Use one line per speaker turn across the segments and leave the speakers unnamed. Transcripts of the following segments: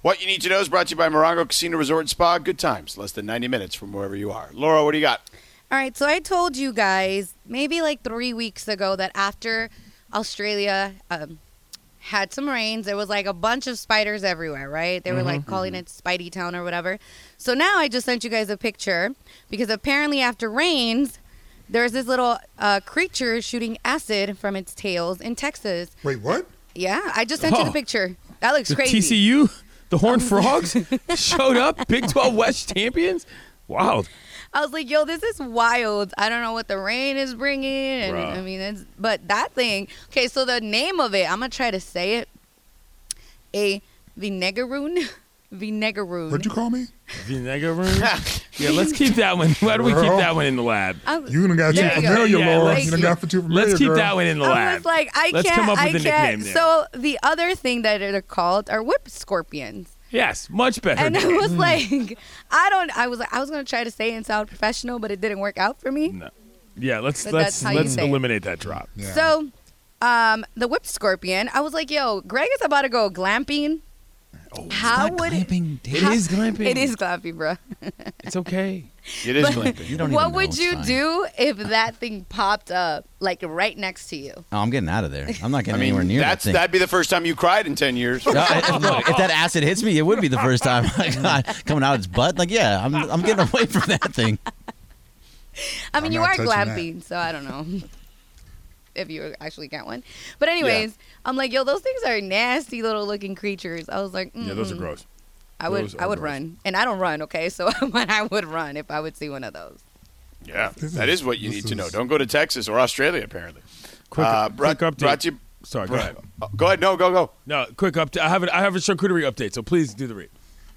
What you need to know is brought to you by Morongo Casino Resort and Spa. Good times, less than 90 minutes from wherever you are. Laura, what do you got?
All right, so I told you guys maybe like three weeks ago that after Australia um, had some rains, there was like a bunch of spiders everywhere, right? They were
Mm-hmm,
like calling it Spidey Town or whatever. So now I just sent you guys a picture because apparently after rains, there's this little uh, creature shooting acid from its tails in Texas.
Wait, what?
Yeah, I just sent you the
Oh.
picture. That looks
The
crazy. Um,
TCU, the Horned Frogs showed up, Big 12 West champions. Wow.
I was like, yo, this is wild. I don't know what the rain is bringing. And
Bruh.
I mean, it's, but that thing. Okay, so the name of it, I'm going to try to say it. A vinegaroon.
What'd
Vinegaroon.
you call me?
Vinegar room. yeah, let's keep that one. Why do we keep
Girl.
that one in the lab?
I-
You done got
Yeah,
too
yeah,
familiar,
yeah,
Laura.
let's
You done
keep-
got for too familiar,
Let's keep
girl.
that one in the
I
lab.
was like, I
Let's
can't.
come up with
I
a
can't.
nickname there.
So the other thing that they're called are whip scorpions.
yes, much better.
And I
name.
was like, I don't. I was like, I was gonna try to say it and sound professional, but it didn't work out for me.
No. Yeah, let's
But that's
let's
how you
let's
say it.
eliminate that drop.
Yeah.
So, um, the whip scorpion. I was like, yo, Greg is about to go glamping. how would
It
how-
is Oh, glamping.
It is glamping, bro.
It's okay.
It is glamping.
You don't even
What
know,
would
it's
you
fine.
do if that thing popped up, like right next to you?
Oh, I'm getting out of there. I'm not
I
getting anywhere
mean,
near
that's,
that thing.
that'd be the first time you cried in 10 years.
No, I- if, look, if that acid hits me, it would be the first time Oh God, coming out its butt. Like, yeah, I'm, I'm getting away from that thing.
I mean,
I'm
you
not
are
touching that.
glamping, so I don't know if you actually get one. But anyways, I'm like, yo, those things are nasty little looking creatures. I was like, mm,
Yeah, those are gross.
I would,
those
I
are
would
gross.
run, and I don't run. Okay, so but I would run if I would see one of those.
yeah,
This
that
is-
is what you
this
need to know.
is-
Don't go to Texas or Australia, apparently.
Quick,
Uh,
quick
brought,
update.
brought to you,
Sorry, go
brought-
ahead.
oh, go ahead. No, go, go.
No, quick update. I have a, I have a charcuterie update, so please do the read.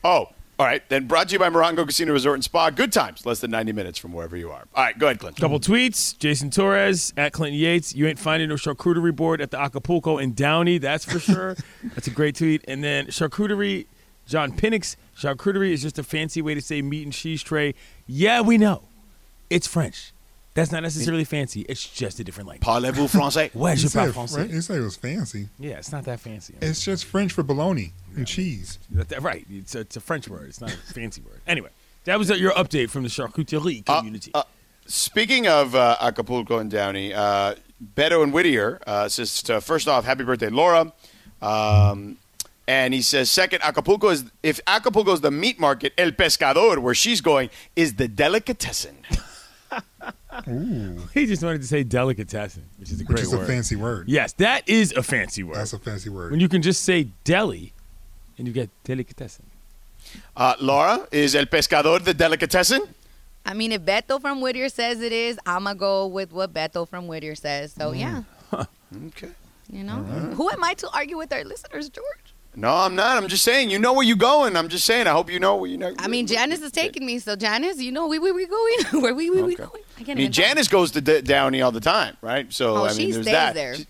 Oh, all right. Then brought to you by Morongo Casino Resort and Spa. Good times, less than 90 minutes from wherever you are. All right, go ahead, Clint.
Couple tweets. Jason Torres at Clinton Yates. You ain't finding no charcuterie board at the Acapulco in Downey. That's for sure. that's a great tweet. And then charcuterie, John Pinnix. Charcuterie is just a fancy way to say meat and cheese tray. Yeah, we know. It's French. That's not necessarily fancy. It's just a different language.
Parlez-vous français?
Ouais,
You
je
said,
parle
Fran-
français.
you said it was fancy.
Yeah, it's not that fancy.
It's just French for bologna and cheese.
That- that- right. It's a, it's a French word. It's not a fancy word. Anyway, that was uh, your update from the charcuterie
Uh,
community.
Speaking of uh, Acapulco and Downey, uh, Beto and Whittier uh, says, uh, first off, happy birthday, Laura. Um, and he says, second, Acapulco is, if Acapulco is the meat market, El Pescador, where she's going, is the delicatessen.
he just wanted to say delicatessen, which is a
Which
great
is
word.
a fancy word.
yes, that is a fancy word.
That's a fancy word.
when you can just say deli and you get delicatessen.
Uh, Laura, is El Pescador the delicatessen?
I mean, if Beto from Whittier says it is, I'ma go with what Beto from Whittier says. So yeah,
Okay.
you know, who am I to argue with our listeners, George?
No, I'm not. I'm just saying, you know where you're going. I'm just saying, I hope you know where you know.
I mean, Janice is taking me, so Janice, you know, we we we going where we we we
Okay.
going. I
I
can't
mean,
even talk.
Janice goes to D- Downey all the time, right? So
Oh,
I mean,
she
there's
stays
that.
there.
She-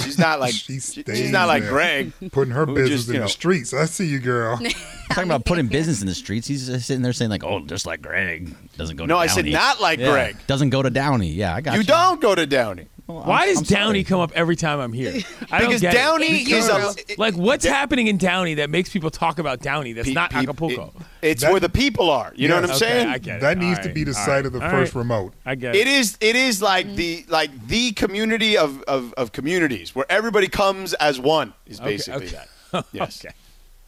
she's not like she-
She
she's
stays
not like
there.
Greg.
Putting her
Who
business
just, you
in
know-
the streets. I see you, girl.
Talking about putting business in the streets, he's just sitting there saying like, "Oh, just like Greg doesn't go." to
No, I said
Downey."
not like
Yeah,
Greg.
Doesn't go to Downey. Yeah, I got you.
You don't go to Downey
Well, I'm-
Why does
I'm sorry.
Downey come up every time I'm here? I don't
because
get it.
Downey
Because-
is a
Like, what's happening in Downey that makes people talk about Downey that's
pe-
not
pe-
Acapulco?
it- it's
That-
where the people are. You know what I'm
Yes.
Okay,
saying?
I get it.
That
All
needs to
right,
be the
all
site
right,
of the
all
first
right.
remote.
I get
It is. It is like the like the community of, of, of communities where everybody comes as one is
Okay,
basically
okay.
that. Yes.
Okay.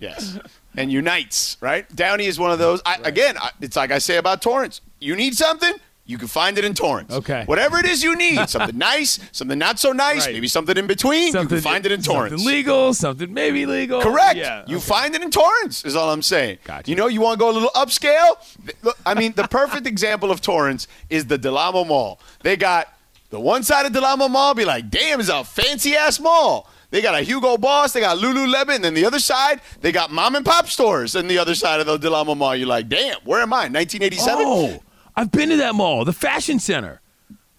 Yes. And unites. Right. Downey is one of those. I, Again, I, it's like I say about Torrance. You need something. You can find it in Torrance.
Okay.
Whatever it is you need, something nice, something not so nice,
Right.
maybe something in between. you can find it in Torrance.
Something legal, something maybe legal.
Correct.
Yeah.
You
okay.
find it in Torrance is all I'm saying.
Gotcha.
You know, you want to go a little upscale. Th- look, I mean, the perfect example of Torrance is the Delamo Mall. They got the one side of Delamo Mall be like, damn, it's a fancy ass mall. They got a Hugo Boss, they got Lululemon, and then the other side they got mom and pop stores. And the other side of the Delamo Mall, you're like, damn, where am I? 1987.
Oh, I've been to that mall, the fashion center.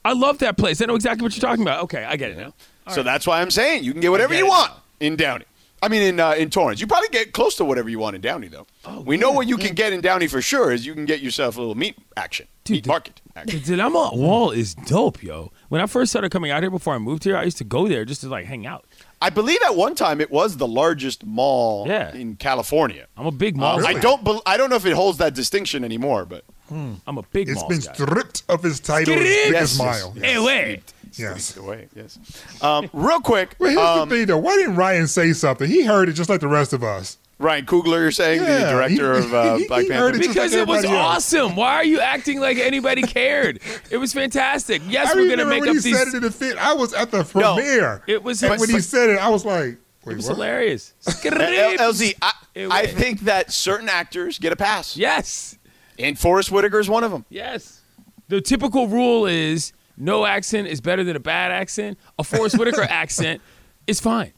I love that place. I know exactly what you're talking about. Okay, I get it now.
so that's why I'm saying you can get whatever
get
you
it
want in Downey. I mean, in uh, in Torrance, you probably get close to whatever you want in Downey, though.
Oh,
we know what you can get in Downey for sure is you can get yourself a little meat action,
Dude,
meat
the-
market.
The
Action.
Delamo Wall is dope, yo. When I first started coming out here before I moved here, I used to go there just to like hang out.
I believe at one time it was the largest mall
Yeah. Oh,
in California. Um,
I'm a big mall.
Oh, Really?
I don't. Bel I don't know if it holds that distinction anymore, but
I'm a big
It's
mall
been
guy.
stripped of his title, his
Stripped?
biggest
Yes, yes,
mile.
yes.
Hey, wait.
Yes.
Wait, yes. Um, real quick,
Well, here's
um,
the thing, though. Why didn't Ryan say something? He heard it just like the rest of us.
Ryan Coogler, you're saying the
Yeah,
director
he-
of uh,
he-
Black
he
Panther.
heard it.
Because
like
it was
everybody else.
awesome. Why are you acting like anybody cared? it was fantastic. Yes,
I
we're gonna
remember
make
when
up
he
these.
said it in the fit. I was at the premiere.
it was-
and
but-
when he
but-
said it, I was like,
It
wait,
was
what?
hilarious.
L- LZ, I,
It
I
went.
think that certain actors get a pass,
Yes.
and Forrest Whitaker is one of them.
Yes. The typical rule is no accent is better than a bad accent. A Forrest Whitaker accent is fine.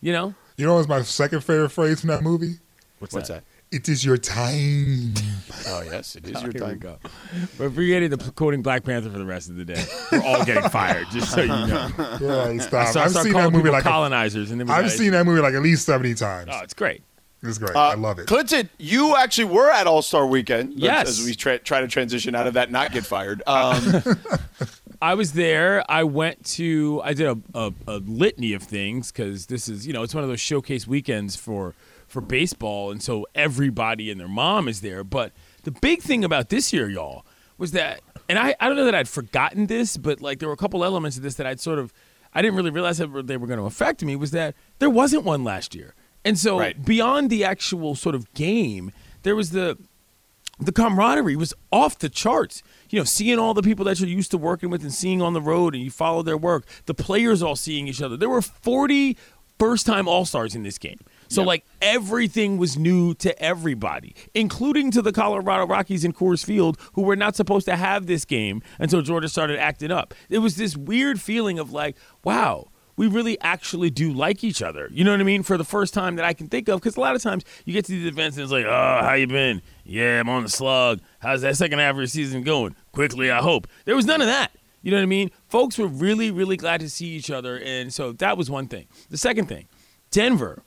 You know?
You know what's my second favorite phrase from that movie?
What's,
It is your time.
Oh yes, it is your
Here we
time.
go. We're forgetting the quoting Black Panther for the rest of the day. We're all getting fired, just so you know.
Yeah, stop.
So I
I've
start
seen
calling
that movie
people
like a,
colonizers, and then we
I've
gotta-
seen that movie like at least seventy times.
Oh, it's great.
It's great.
Uh,
I love it.
Clinton, you actually were at All Star Weekend. as-
Yes. Uh,
As we tra- try to transition out of that, not get fired. Um,
I was there. I went to. I did a, a, a litany of things because this is you know it's one of those showcase weekends for for baseball, and so everybody and their mom is there. But the big thing about this year, y'all, was that, and I I don't know that I'd forgotten this, but like there were a couple elements of this that I'd sort of I didn't really realize that were- they were going to affect me. Was that there wasn't one last year, and so
Right.
beyond the actual sort of game, there was the the camaraderie was off the charts. You know, seeing all the people that you're used to working with and seeing on the road and you follow their work, the players all seeing each other. There were 40 first time All Stars in this game. So, like, everything was new to everybody, including to the Colorado Rockies in Coors Field, who were not supposed to have this game until Georgia started acting up. It was this weird feeling of, like, wow, we really actually do like each other. You know what I mean? For the first time that I can think of, because a lot of times you get to these events and it's like, oh, how you been? Yeah, I'm on the slug. How's that second half of your season going? Quickly, I hope. There was none of that. You know what I mean? Folks were really, really glad to see each other. And so that was one thing. The second thing, Denver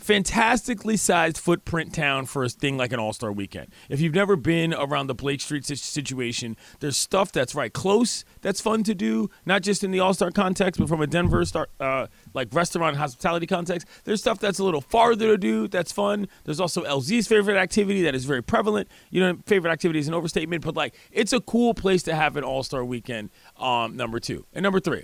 fantastically sized footprint town for a thing like an all-star weekend if you've never been around the blake street si- situation there's stuff that's right close that's fun to do not just in the all-star context but from a denver star, uh, like restaurant hospitality context there's stuff that's a little farther to do that's fun there's also lz's favorite activity that is very prevalent you know favorite activity is an overstatement but like it's a cool place to have an all-star weekend um, number two and number three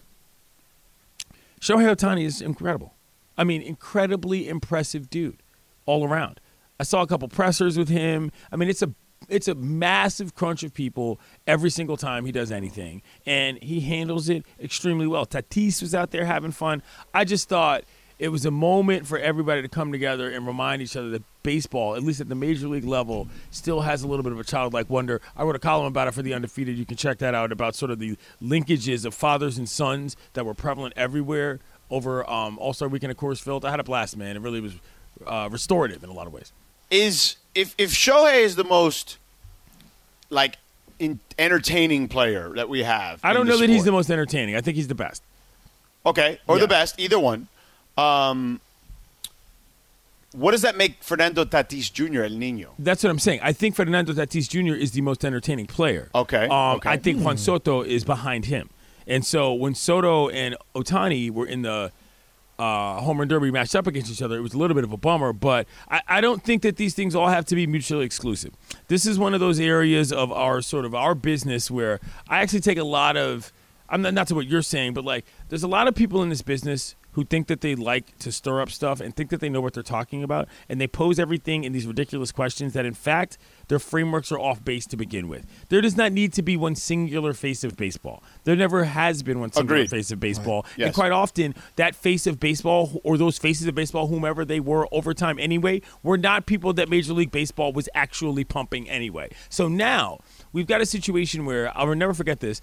Shohei Otani is incredible. I mean, incredibly impressive dude all around. I saw a couple pressers with him. I mean, it's a it's a massive crunch of people every single time he does anything, and he handles it extremely well. Tatis was out there having fun. I just thought it was a moment for everybody to come together and remind each other that baseball, at least at the major league level, still has a little bit of a childlike wonder. I wrote a column about it for the undefeated. You can check that out about sort of the linkages of fathers and sons that were prevalent everywhere over um, All Star Weekend at Coors Field. I had a blast, man. It really was uh, restorative in a lot of ways.
is if if Shohei is the most like in, entertaining player that we have,
I
in
don't
the
know that he's
sport.
the most entertaining. I think he's the best.
Okay, or
Yeah.
the best, either one. Um, what does that make Fernando Tatis Jr. El Nino?
That's what I'm saying. I think Fernando Tatis Jr. is the most entertaining player.
Okay,
Um,
okay.
I think Juan Soto is behind him. And so when Soto and Otani were in the uh, home run derby matched up against each other, it was a little bit of a bummer. But I, I don't think that these things all have to be mutually exclusive. This is one of those areas of our sort of our business where I actually take a lot of. I'm not, not to what you're saying, but like there's a lot of people in this business who think that they like to stir up stuff and think that they know what they're talking about and they pose everything in these ridiculous questions that in fact their frameworks are off base to begin with. There does not need to be one singular face of baseball. There never has been one singular
Agreed.
face of baseball.
Yes.
And quite often that face of baseball or those faces of baseball whomever they were over time anyway were not people that Major League Baseball was actually pumping anyway. So now we've got a situation where I'll never forget this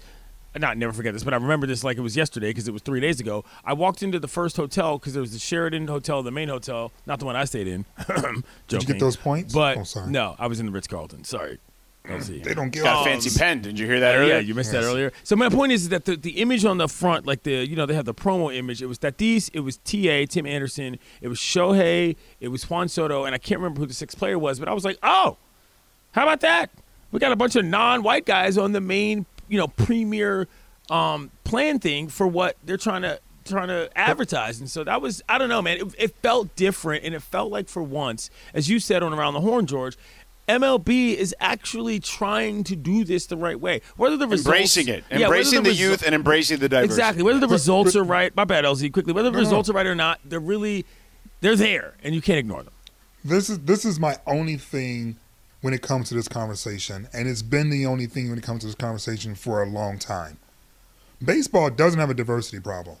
not never forget this, but I remember this like it was yesterday because it was three days ago. I walked into the first hotel because there was the Sheridan Hotel, the main hotel, not the one I stayed in. Joking.
you get those points?
But
Oh, sorry.
no, I was in the Ritz Carlton. Sorry. LZ.
They don't give
Got
up.
a fancy pen. Did you hear that
Um, Yeah,
earlier?
you missed that earlier. So my point is that the, the image on the front, like the you know they have the promo image. It was Tatis, it was Ta Tim Anderson, it was Shohei, it was Juan Soto, and I can't remember who the sixth player was. But I was like, oh, how about that? We got a bunch of non-white guys on the main, you know, premier um, plan thing for what they're trying to trying to advertise. And so that was, I don't know, man. It, it felt different, and it felt like for once, as you said on Around the Horn, George, MLB is actually trying to do this the right way. Whether the results,
Embracing it,
Yeah, whether
embracing the,
resu-
youth, and embracing the diversity.
Exactly. Whether the results are right, my bad, LZ. Quickly, whether the results are right or not, they're really, they're there, and you can't ignore them.
This is this is my only thing when it comes to this conversation, and it's been the only thing when it comes to this conversation for a long time. Baseball doesn't have a diversity problem;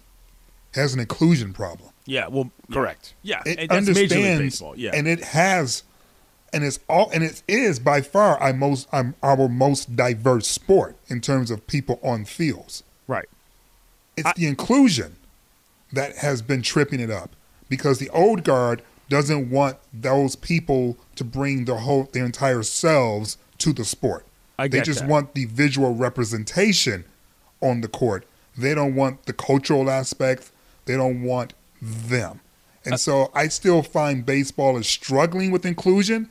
it has an inclusion problem.
Yeah. Well,
Correct.
yeah.
It
and that's
understands,
Major League Baseball. Yeah.
and it has, and it's all, and it is by far our most um, our most diverse sport in terms of people on fields.
right.
It's the inclusion that has been tripping it up because the old guard doesn't want those people to bring their whole their entire selves to the sport.
I
they
get
just
that.
want the visual representation on the court. They don't want the cultural aspect. They don't want them.
Uh,
And so I still find baseball is struggling with inclusion,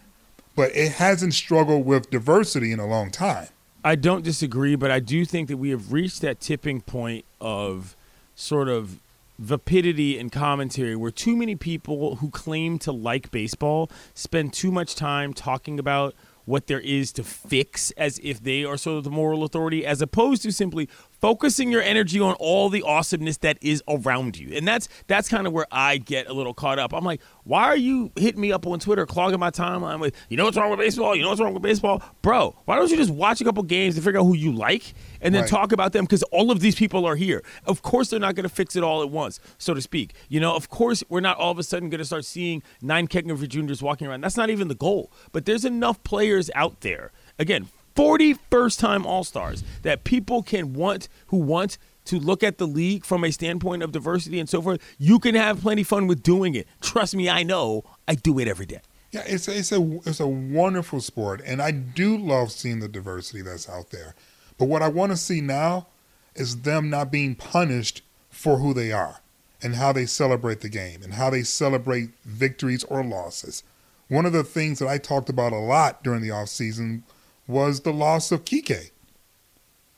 but it hasn't struggled with diversity in a long time.
I don't disagree, but I do think that we have reached that tipping point of sort of vapidity and commentary where too many people who claim to like baseball spend too much time talking about what there is to fix as if they are sort of the moral authority as opposed to simply focusing your energy on all the awesomeness that is around you and that's that's kind of where i get a little caught up i'm like why are you hitting me up on twitter clogging my timeline with you know what's wrong with baseball you know what's wrong with baseball bro why don't you just watch a couple games and figure out who you like and then
Right.
talk about them because all of these people are here of course they're not going to fix it all at once so to speak you know of course we're not all of a sudden going to start seeing nine Keckenriff juniors walking around that's not even the goal but there's enough players out there again 40 first time All Stars that people can want who want to look at the league from a standpoint of diversity and so forth. You can have plenty fun with doing it. Trust me, I know. I do it every day.
Yeah, it's it's a it's a wonderful sport, and I do love seeing the diversity that's out there. But what I want to see now is them not being punished for who they are and how they celebrate the game and how they celebrate victories or losses. One of the things that I talked about a lot during the offseason was the loss of Kike.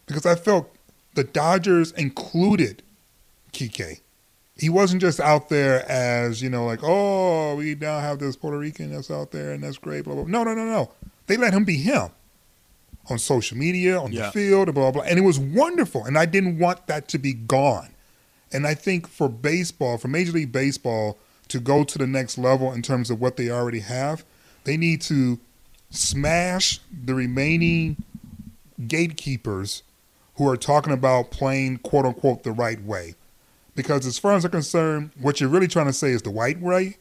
Because I felt the Dodgers included Kike he wasn't just out there as you know, like oh, we now have this Puerto Rican that's out there and that's great, blah blah. No, no, no, no. They let him be him on social media, on
Yeah.
the field, and blah blah. And it was wonderful, and I didn't want that to be gone. And I think for baseball, for Major League Baseball to go to the next level in terms of what they already have, they need to smash the remaining gatekeepers who are talking about playing quote unquote the right way. Because as far as I'm concerned, what you're really trying to say is the white way.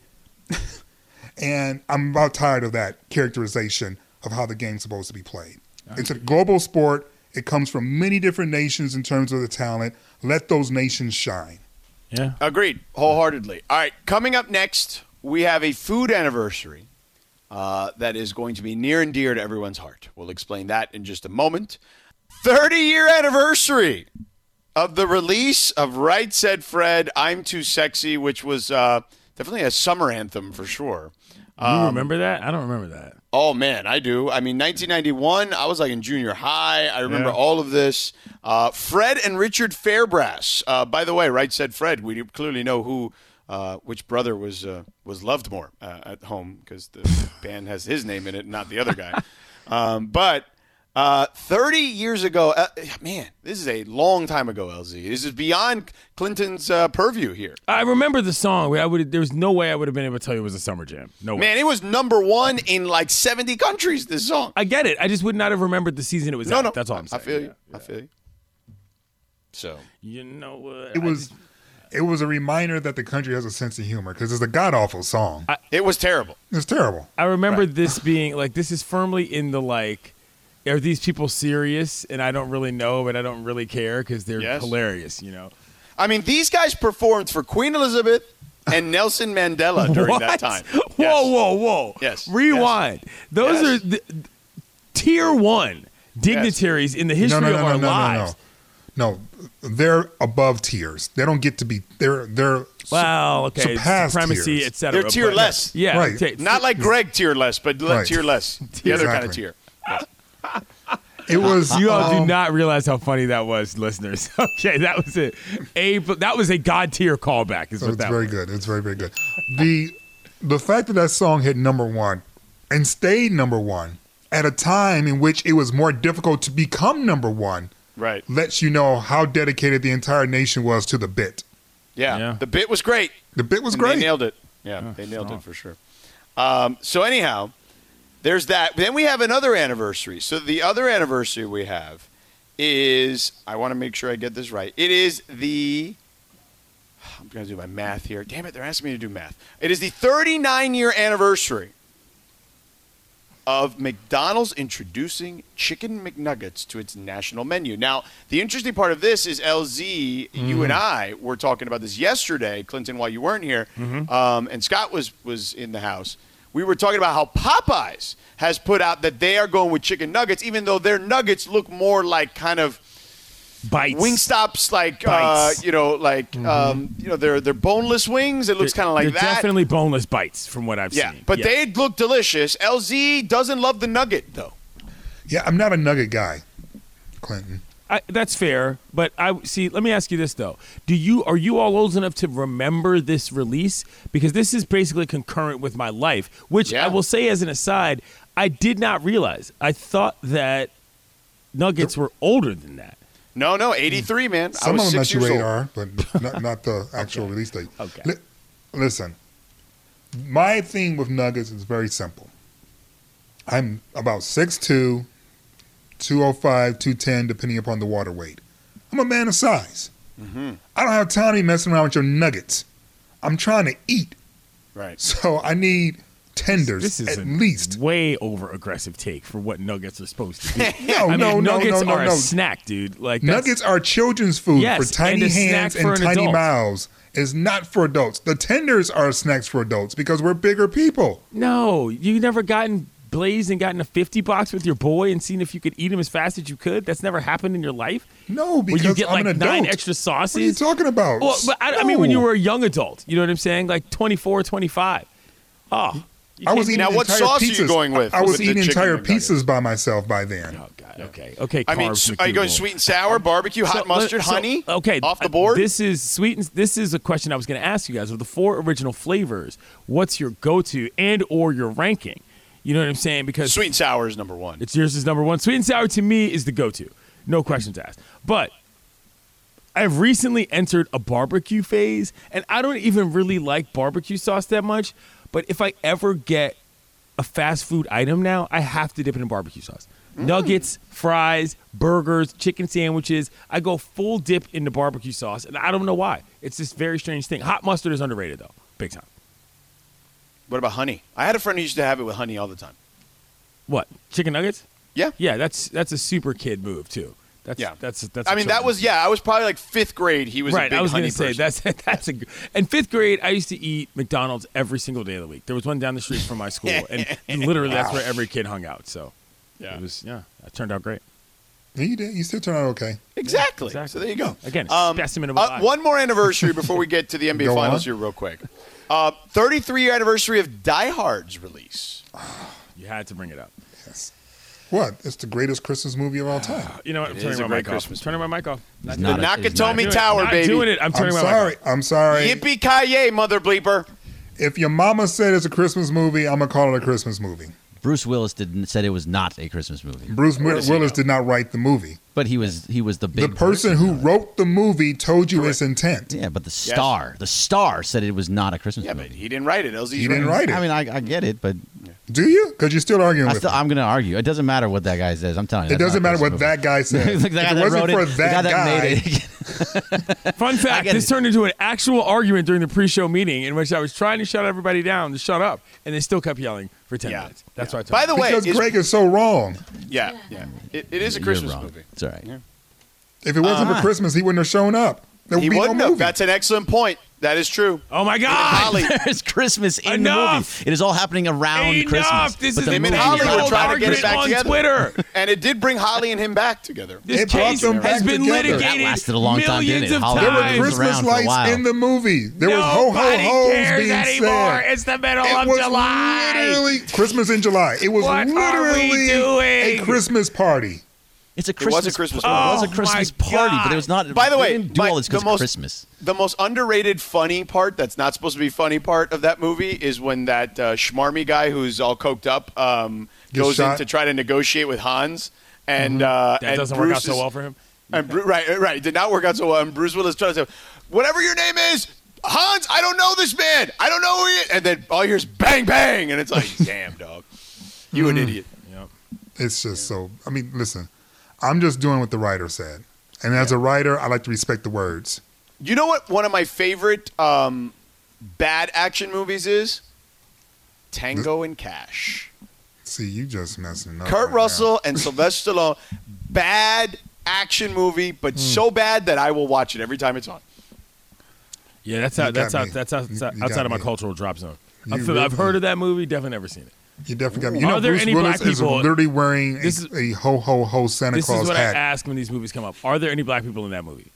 and I'm about tired of that characterization of how the game's supposed to be played. It's a global sport. It comes from many different nations in terms of the talent. Let those nations shine.
Yeah.
Agreed, wholeheartedly. All right, coming up next, we have a food anniversary uh, that is going to be near and dear to everyone's heart. We'll explain that in just a moment. 30 year anniversary of the release of Right Said Fred, I'm Too Sexy, which was uh, definitely a summer anthem for sure.
you remember that? I don't remember that.
Oh man, I do. I mean, 1991. I was like in junior high. I remember
Yeah.
all of this. Uh, Fred and Richard Fairbrass. Uh, by the way, right said Fred. We clearly know who, uh, which brother was uh, was loved more uh, at home because the band has his name in it, not the other guy. um, but uh, 30 years ago, uh, man, this is a long time ago. LZ, this is beyond Clinton's uh, purview here.
I remember the song. I would. There was no way I would have been able to tell you it was a summer jam. No way.
Man, it was number one in like 70 countries. This song.
I get it. I just would not have remembered the season it was
No,
out.
no,
That's all I'm
I
saying.
feel you.
Yeah.
I feel you. So
You know what?
It was it was a reminder that the country has a sense of humor because it's a god awful song.
it was terrible.
it's terrible.
I remember this being like this is firmly in the like are these people serious and I don't really know but I don't really care because they're
Yes.
hilarious you know
I mean, these guys performed for Queen Elizabeth and Nelson Mandela during that
What?
time.
whoa
Yes.
whoa whoa
Yes.
rewind those
Yes.
are the, tier one dignitaries in the history
no, no,
of
no,
our
no, no,
lives
no, no. No, they're above tiers. They don't get to be. They're they're.
wow okay
Surpassed
supremacy
tiers.
etc
They're tier less.
yeah
Right.
ta-
Not like Greg tier less, but le-
Right.
tier less. The other kind of
Exactly.
tier.
It was.
You all do
um,
not realize how funny that was, listeners. Okay, that was it. A that was a god tier callback. Is
So
what
Oh, it's
that
very
was.
good. It's very very good. The the fact that that song hit number one and stayed number one at a time in which it was more difficult to become number one
Right.
lets you know how dedicated the entire nation was to the bit.
Yeah.
Yeah.
The bit was great.
The bit was
And
great.
They nailed it. Yeah, they nailed it for sure. Um, so anyhow, there's that. Then we have another anniversary. So the other anniversary we have is I want to make sure I get this right. It is the I'm going to do my math here. Damn it, they're asking me to do math. It is the 39 year anniversary of McDonald's introducing chicken McNuggets to its national menu. Now, the interesting part of this is LZ, you
Mm.
and I were talking about this yesterday, Clinton, while you weren't here,
Mm-hmm.
um, and Scott was was in the house. We were talking about how Popeyes has put out that they are going with chicken nuggets, even though their nuggets look more like kind of
Bites.
Wingstop's like uh,
Bites. Mm-hmm.
you know like um, you know they're they're boneless wings. It looks kind of like
They're
that.
Definitely boneless bites, from what I've
yeah,
seen.
but they look delicious. LZ doesn't love the nugget though.
Yeah, I'm not a nugget guy, Clinton.
I, that's fair, but I see. Let me ask you this though: Do you are you all old enough to remember this release? Because this is basically concurrent with my life, which
Yeah.
I will say as an aside, I did not realize. I thought that Nuggets were older than that.
No, no, 83, man. I
Some
was
of them
six
at your
years old.
radar, but not, not the actual release date.
Okay.
Li- listen, my thing with Nuggets is very simple. I'm about 6'2, 205, 210, depending upon the water weight. I'm a man of size.
Mm-hmm.
I don't have time to be messing around with your nuggets. I'm trying to eat,
Right.
so I need tenders
This is
at
a
least.
way over aggressive take for what Nuggets are supposed to be.
No,
I mean,
no, no,
nuggets
no, no,
are
no.
a snack, dude. Like that's-
Nuggets are children's food
Yes,
for tiny
and a
hands
snack for
and
an
tiny
adult.
mouths. It's not for adults. The tenders are snacks for adults because we're bigger people.
No, you never gotten blazed and gotten a fifty box with your boy and seen if you could eat them as fast as you could. That's never happened in your life.
No, because
Where you get
I'm
like
an
nine
adult.
extra
What are you
sauces.
talking about?
Well, but I, I mean, when you
No.
were a young adult, you know what I'm saying? Like 24, 25. Oh, you
I was
can't-
eating
Now, what
entire
sauce are you
pizzas.
going with?
I, I was
With the
eating
chicken
entire
McNuggets?
pieces by myself by then.
Oh God. Okay. Okay.
I mean,
carbs,
s- are you
McDougal.
going sweet and sour, barbecue, hot
So, let-
mustard,
so,
honey?
Okay,
Off the
uh,
board?
This is sweet. And, this is a question I was going to ask you guys. Of the four original flavors, what's your go-to and or your ranking? You know what I'm saying? Because
sweet and sour is number one.
It's yours is number one. Sweet and sour to me is the go-to. No questions asked. But I've recently entered a barbecue phase, and I don't even really like barbecue sauce that much. But if I ever get a fast food item now, I have to dip it in barbecue sauce.
Mm.
Nuggets, fries, burgers, chicken sandwiches. I go full dip into barbecue sauce, and I don't know why. It's this very strange thing. Hot mustard is underrated though, big time.
What about honey? I had a friend who used to have it with honey all the time.
What chicken nuggets?
Yeah.
Yeah, that's that's a super kid move too. That's
Yeah.
that's that's.
I
a
mean, that
children's
was, yeah, I was probably like fifth grade. He was a
right.
big
I was
honey
gonna say
person.
that's that's a. g- In fifth grade, I used to eat McDonald's every single day of the week. There was one down the street from my school, and literally that's where every kid hung out. So
Yeah.
it was yeah. It turned out great.
Yeah, you did. You still turn out okay.
Exactly.
Exactly.
So there you go. Um, uh,
Again, specimen of a lie.
One more anniversary before we get to the NBA
Go
Finals
on.
here, real quick. Uh, 33 year anniversary of Die Hard's release.
You had to bring it up.
Yes. What? It's the greatest Christmas movie of all time.
You know what? I'm
It
turning
is a
my
great
mic
Christmas
off. Turning my mic off. Not
The
not a- it's not
Nakatomi
a-
doing it.
Tower,
Not
baby.
doing it. I'm
I'm
turning my
sorry.
mic off.
I'm sorry.
Yippee ki yay, mother bleeper.
If your mama said it's a Christmas movie, I'm gonna call it a Christmas movie.
Bruce Willis did said it was not a Christmas movie,
Bruce Wi-
does he
Willis
know?
did not write the movie.
but he was he was the big
the person who wrote the movie told you its intent.
Yeah, but the star, the star said it was not a Christmas
Yeah, but
movie.
he didn't write it. LZ's
He didn't write it.
I mean, I, I get it, but
Do you? Because you're still arguing
I
with
still,
me.
I'm going to argue. It doesn't matter what that guy says. I'm telling you.
It doesn't matter what that guy
guy.
said.
the guy
if it
that
wasn't
wrote it,
for
the
that
guy that
guy,
made it.
Fun fact:
get
This
it.
turned into an actual argument during the pre-show meeting, in which I was trying to shut everybody down to shut up, and they still kept yelling for ten
Yeah.
minutes. That's why. I turned
By the
it
way,
because
is-
Greg is so wrong.
yeah, yeah. It, it is a
You're
Christmas
wrong.
movie.
It's all right.
If it wasn't
Uh-huh.
for Christmas, he wouldn't have shown up. There would
He
be
wouldn't
no
have.
movie.
That's an excellent point. That is true.
off. Oh my God!
Holly.
There's Christmas in
Enough!
the movie. It is all happening around
Enough!
Christmas.
This
But
is
the
Him and
movie
Holly
is
were
all
Hollywood
trying to
about
get it
Christmas.
back
on
together.
Twitter.
And it did bring Holly and him back together.
This
It brought
case
them
has
back
been
together.
litigated
That lasted a long time,
millions
didn't it?
of
Holly-
there
There were
times.
It
were
was
Christmas
around for a
lights
while.
in the movie. There was ho ho
Nobody
ho's
cares
being
anymore.
said.
It's the middle
it
of
was
July.
literally Christmas in July. It was
What are we
literally a
doing?
Christmas party.
It's a
It was
Christmas.
a Christmas
It was a
party. Oh,
Christmas
my
party, but
God.
it was not.
By the
they
way,
didn't do
my-
all this because
the most-
Christmas.
The most underrated funny part that's not supposed to be funny part of that movie is when that uh, schmarmy guy who's all coked up um,
Gets
goes in
shot. Mm-hmm.
to try to negotiate with Hans. And uh,
That
and
doesn't
Bruce
work out so
is-
well for him.
And Bru- right, right, right, did not work out so well. And Bruce Willis tries to, whatever your name is, Hans. I don't know this man. I don't know who he is. And then all you hear is bang, bang, and it's like, damn, dog, you an idiot.
Yep.
It's just so. I mean, listen, I'm just doing what the writer said, and as a writer, I like to respect the words.
You know what? One of my favorite um, bad action movies is Tango and Cash.
See, you just messing up.
Kurt
right now.
Russell and Sylvester Stallone. Bad action movie,
Hmm.
but so bad that I will watch it every time it's on.
Yeah, that's out,
You
that's
got
out,
me.
that's out,
You-
that's out-
you got
outside of my
me.
cultural drop zone.
You
I've,
really-
I've heard of that movie, definitely never seen it.
You definitely got me.
Are
You know,
there
Bruce
any
Willis
black
is
people-
literally wearing a,
This is-
a ho ho ho Santa
This
Claus
is what
hat.
I ask when these movies come up. Are there any black people in that movie?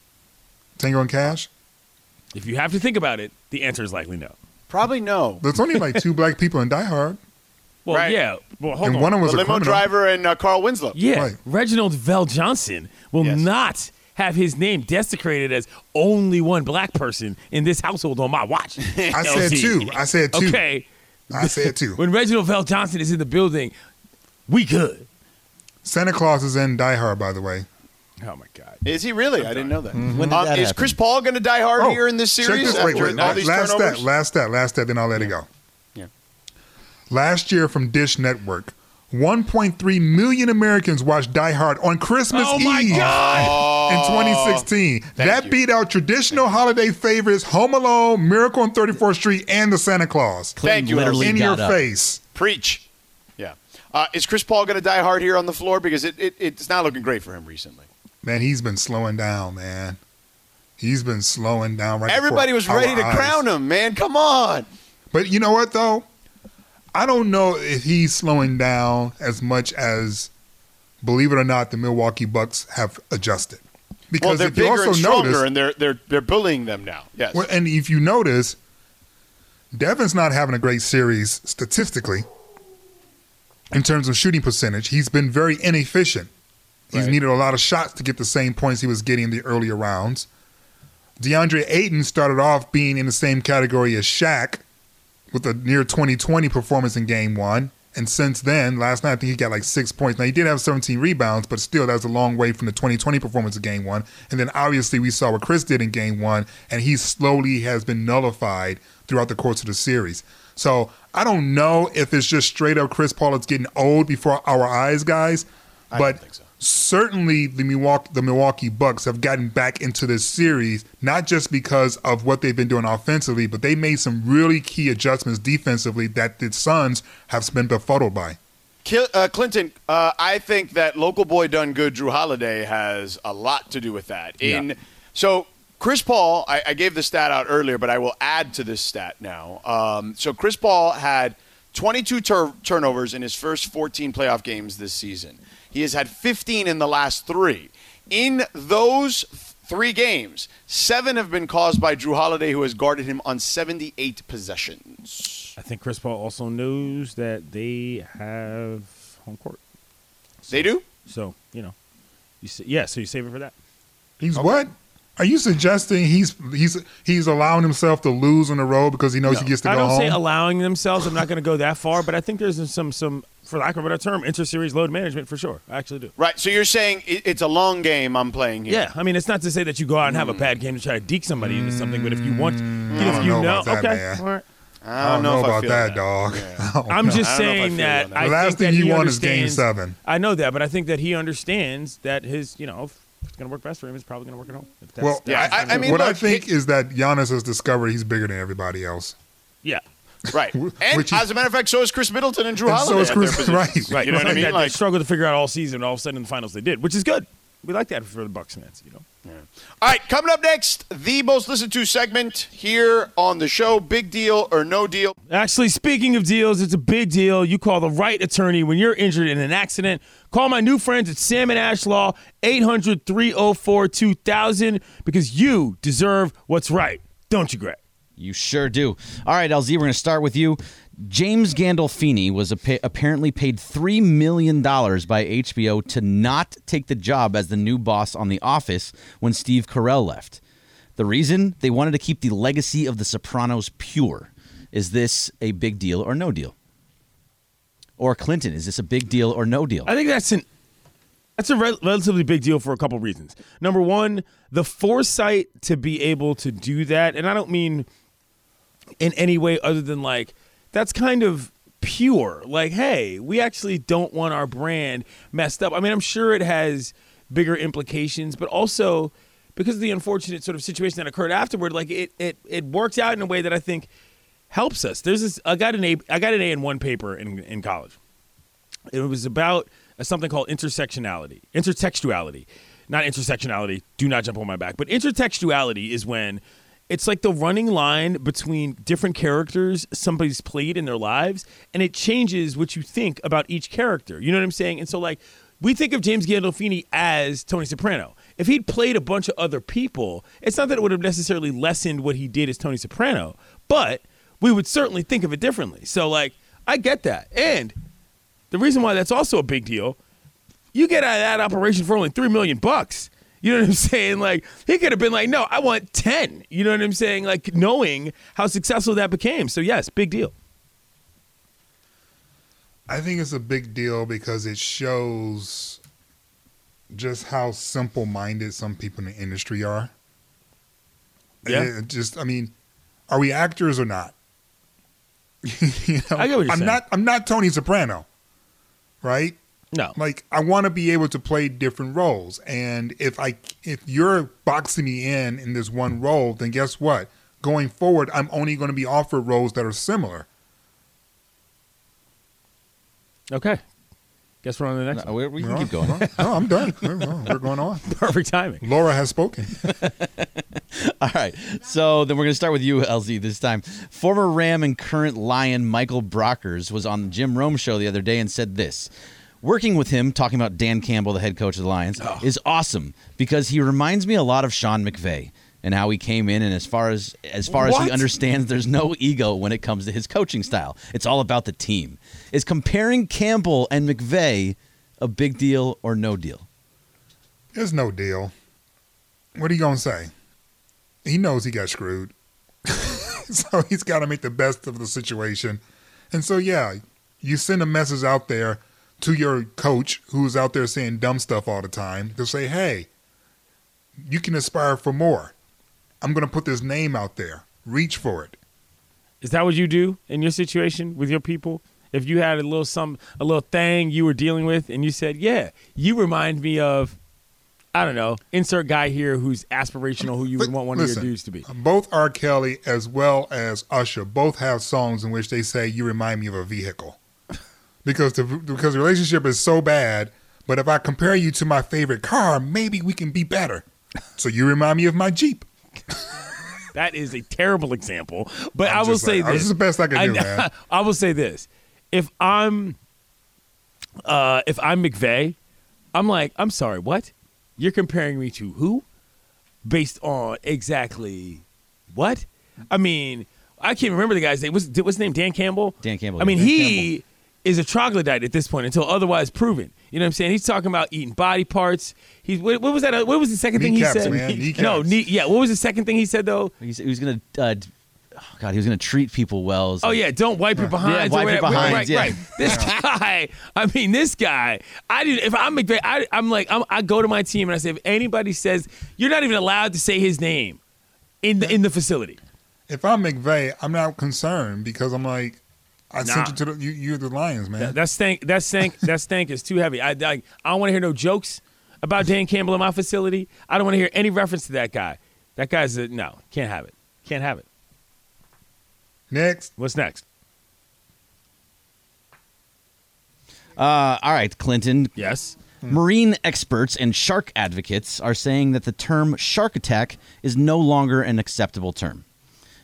Tango and Cash.
If you have to think about it, the answer is likely no.
Probably no.
There's only like two black people in Die Hard,
Well,
Right.
yeah. Well, hold
and
on.
one of them
The
was a
limo
criminal.
driver and uh, Carl Winslow.
yeah,
Right.
Reginald Vell Johnson will
Yes.
not have his name desecrated as only one black person in this household on my watch.
I said two. I said two.
Okay.
I said two.
When Reginald Vell Johnson is in the building, we good.
Santa Claus is in Die Hard, by the way.
Oh my God.
Is he really? I didn't know that.
When did
Um,
that
is
happen?
Chris Paul going to die hard here in this
Mm-hmm. Oh, check
series
Wait,
after
wait,
all
wait.
these
last
turnovers?
stat, last stat, last stat, then I'll let it go.
Yeah.
Last year from Dish Network, 1.3 million Americans watched Die Hard on Christmas
Oh
Eve
my God.
in
Oh.
2016. that
you.
beat out traditional holiday favorites Home Alone, Miracle on 34th Street, and The Santa Claus.
Clinton
Thank you, E.
literally
in your
got up.
face.
Preach. Yeah. Uh, is Chris Paul going to die hard here on the floor? Because it, it, it's not looking great for him recently.
Man, he's been slowing down, man. He's been slowing down right before
Everybody was
our
ready to
eyes.
crown him, man. Come on.
But you know what though? I don't know if he's slowing down as much as believe it or not, the Milwaukee Bucks have adjusted. Because
well, they're
if you
bigger
also
and stronger,
notice,
and they're they're they're bullying them now. Yes.
well, and if you notice, Devin's not having a great series statistically in terms of shooting percentage. He's been very inefficient. He's
Right.
needed a lot of shots to get the same points he was getting in the earlier rounds. DeAndre Ayton started off being in the same category as Shaq with a near 2020 performance in game one. And since then, last night I think he got like six points. Now he did have 17 rebounds, but still that's a long way from the 2020 performance of game one. And then obviously we saw what Chris did in game one, and he slowly has been nullified throughout the course of the series. So I don't know if it's just straight up Chris Paul is getting old before our eyes, guys.
I
but
don't think so.
certainly the Milwaukee, the Milwaukee Bucks have gotten back into this series, not just because of what they've been doing offensively, but they made some really key adjustments defensively that the Suns have been befuddled by.
Ki- uh, Clinton, uh, I think that local boy done good, Drew Holiday, has a lot to do with that. In so Chris Paul, I, I gave the stat out earlier, but I will add to this stat now. Um, so Chris Paul had 22 tur- turnovers in his first 14 playoff games this season. He has had 15 in the last three. In those three games, seven have been caused by Drew Holiday, who has guarded him on 78 possessions.
I think Chris Paul also knows that they have home court.
They do.
So you know, you say, yeah. So you save it for that.
He's what? Are you suggesting he's he's he's allowing himself to lose on the road because he knows he gets to
I
go
don't
home?
say allowing themselves. I'm not going to go that far, but I think there's some some for lack of a better term, inter-series load management for sure. I actually do.
Right. So you're saying it- it's a long game I'm playing here.
Yeah, I mean, it's not to say that you go out and have a bad game to try to deke somebody into something, but if you want,
don't
if you
know
know,
about that,
okay,
man.
all right.
I don't, know, if I
about
feel
that, dog. Oh, I don't
I'm
know.
just
I don't know if I
saying
feel
that.
that. The
I
the last
think that
thing you
he
want is Game
understands-
Seven.
I know that, but I think that he understands that his, you know, if it's going to work best for him, it's probably going to work at home. If that's-
Well,
Yeah,
I,
I- I mean,
what I
look,
think
it-
is that Giannis has discovered he's bigger than everybody else.
yeah,
Right. And
Which is-
as a matter of fact, so is Chris Middleton and Drew
And so
Holiday.
is
at their
Chris-
positions.
right,
right.
You know
It's
what I
not
mean?
That,
Like,
they struggled to figure out all season, and all of a sudden in the finals they did, which is good. We like that for the Bucks fans, you know.
all right, coming up next, the most listened to segment here on the show, Big Deal or No Deal.
Actually, speaking of deals, it's a big deal. You call the right attorney when you're injured in an accident. Call my new friends at Sam and Ash Law, 800 304 2000, because you deserve what's right. Don't you, Greg?
You sure do. All right, LZ, we're going to start with you. James Gandolfini was appa- apparently paid $3 million by HBO to not take the job as the new boss on The Office when Steve Carell left. The reason? They wanted to keep the legacy of The Sopranos pure. Is this a big deal or no deal? Or Clinton, is this a big deal or no deal?
I think that's an that's a rel- relatively big deal for a couple reasons. Number one, the foresight to be able to do that, and I don't mean in any way other than like that's kind of pure. Like, hey, we actually don't want our brand messed up. I mean, I'm sure it has bigger implications, but also because of the unfortunate sort of situation that occurred afterward, like it it it worked out in a way that I think helps us. There's this I got an A I got an A in one paper in in college it was about uh, something called intersectionality, intertextuality, not intersectionality. Do not jump on my back, but intertextuality is when it's like the running line between different characters somebody's played in their lives, and it changes what you think about each character. You know what I'm saying? And so, like, we think of James Gandolfini as Tony Soprano. If he'd played a bunch of other people, it's not that it would have necessarily lessened what he did as Tony Soprano, but we would certainly think of it differently. So, like, I get that. And the reason why that's also a big deal, you get out of that operation for only three million bucks. You know what I'm saying? Like he could have been like, no, I want ten. You know what I'm saying? Like knowing how successful that became. So yes, big deal.
I think it's a big deal because it shows just how simple minded some people in the industry are.
Yeah.
And it just I mean, are we actors or not? you know,
I get what you're
I'm
saying.
not I'm not Tony Soprano. Right?
No,
Like I want to be able to play different roles, and if I if you're boxing me in in this one role, then guess what? Going forward, I'm only going to be offered roles that are similar.
okay. Guess we're on to the next.
No,
one.
we we can keep going.
No, I'm done. We're going on.
Perfect timing.
Laura has spoken.
All right. So then we're going to start with you, LZ, this time. Former Ram and current Lion Michael Brockers was on the Jim Rome show the other day and said this. Working with him, talking about Dan Campbell, the head coach of the Lions, is awesome because he reminds me a lot of Sean McVay and how he came in and as far as as far as he
What?
understands there's no ego when it comes to his coaching style. It's all about the team. Is comparing Campbell and McVay a big deal or no deal?
There's no deal. What are you gonna say? He knows he got screwed, so he's got to make the best of the situation. And so, yeah, you send a message out there to your coach who's out there saying dumb stuff all the time to say, "Hey, you can aspire for more. I'm gonna put this name out there. Reach for it."
Is that what you do in your situation with your people? If you had a little some a little thing you were dealing with, and you said, "Yeah, you remind me of," I don't know, insert guy here who's aspirational, who you would
But
want one
listen,
of your dudes to be.
Both R. Kelly as well as Usher both have songs in which they say, "You remind me of a vehicle," because the because the relationship is so bad. But if I compare you to my favorite car, maybe we can be better. So you remind me of my Jeep.
That is a terrible example, but
I'm
i will
just
say
like, oh, this
this.
is the best I can do,
I,
man.
I will say this: if I'm, uh, if I'm McVeigh, I'm like, I'm sorry, what? You're comparing me to who? Based on exactly what? I mean, I can't remember the guy's name. Was what's his name? Dan Campbell.
Dan Campbell,
I mean,
yeah. Dan
he is a troglodyte at this point until otherwise proven. You know what I'm saying? He's talking about eating body parts. He's what, what was that? uh, What was the second thing
Kneecaps,
he said?
man,
No,
kneecaps.
knee, yeah. What was the second thing he said though?
He's, he was going to uh, d- oh God, he was going to treat people well. It's
Oh
like-
yeah, don't wipe your behind.
wipe your behinds,
Right,
yeah.
right. This guy. I mean, this guy. I did. If I'm McVay, I, I'm like, I'm, I go to my team and I say, if anybody says you're not even allowed to say his name in the in the facility,
If I'm McVeigh, I'm not concerned because I'm like, I sent you to the you, you're the Lions, man.
that, that stank, that stank, that stank is too heavy. I like, I don't want to hear no jokes about Dan Campbell in my facility. I don't want to hear any reference to that guy. That guy's a, no, can't have it. Can't have it.
Next,
What's next?
Uh, all right, Clinton.
Yes.
Hmm.
Marine experts and shark advocates are saying that the term shark attack is no longer an acceptable term.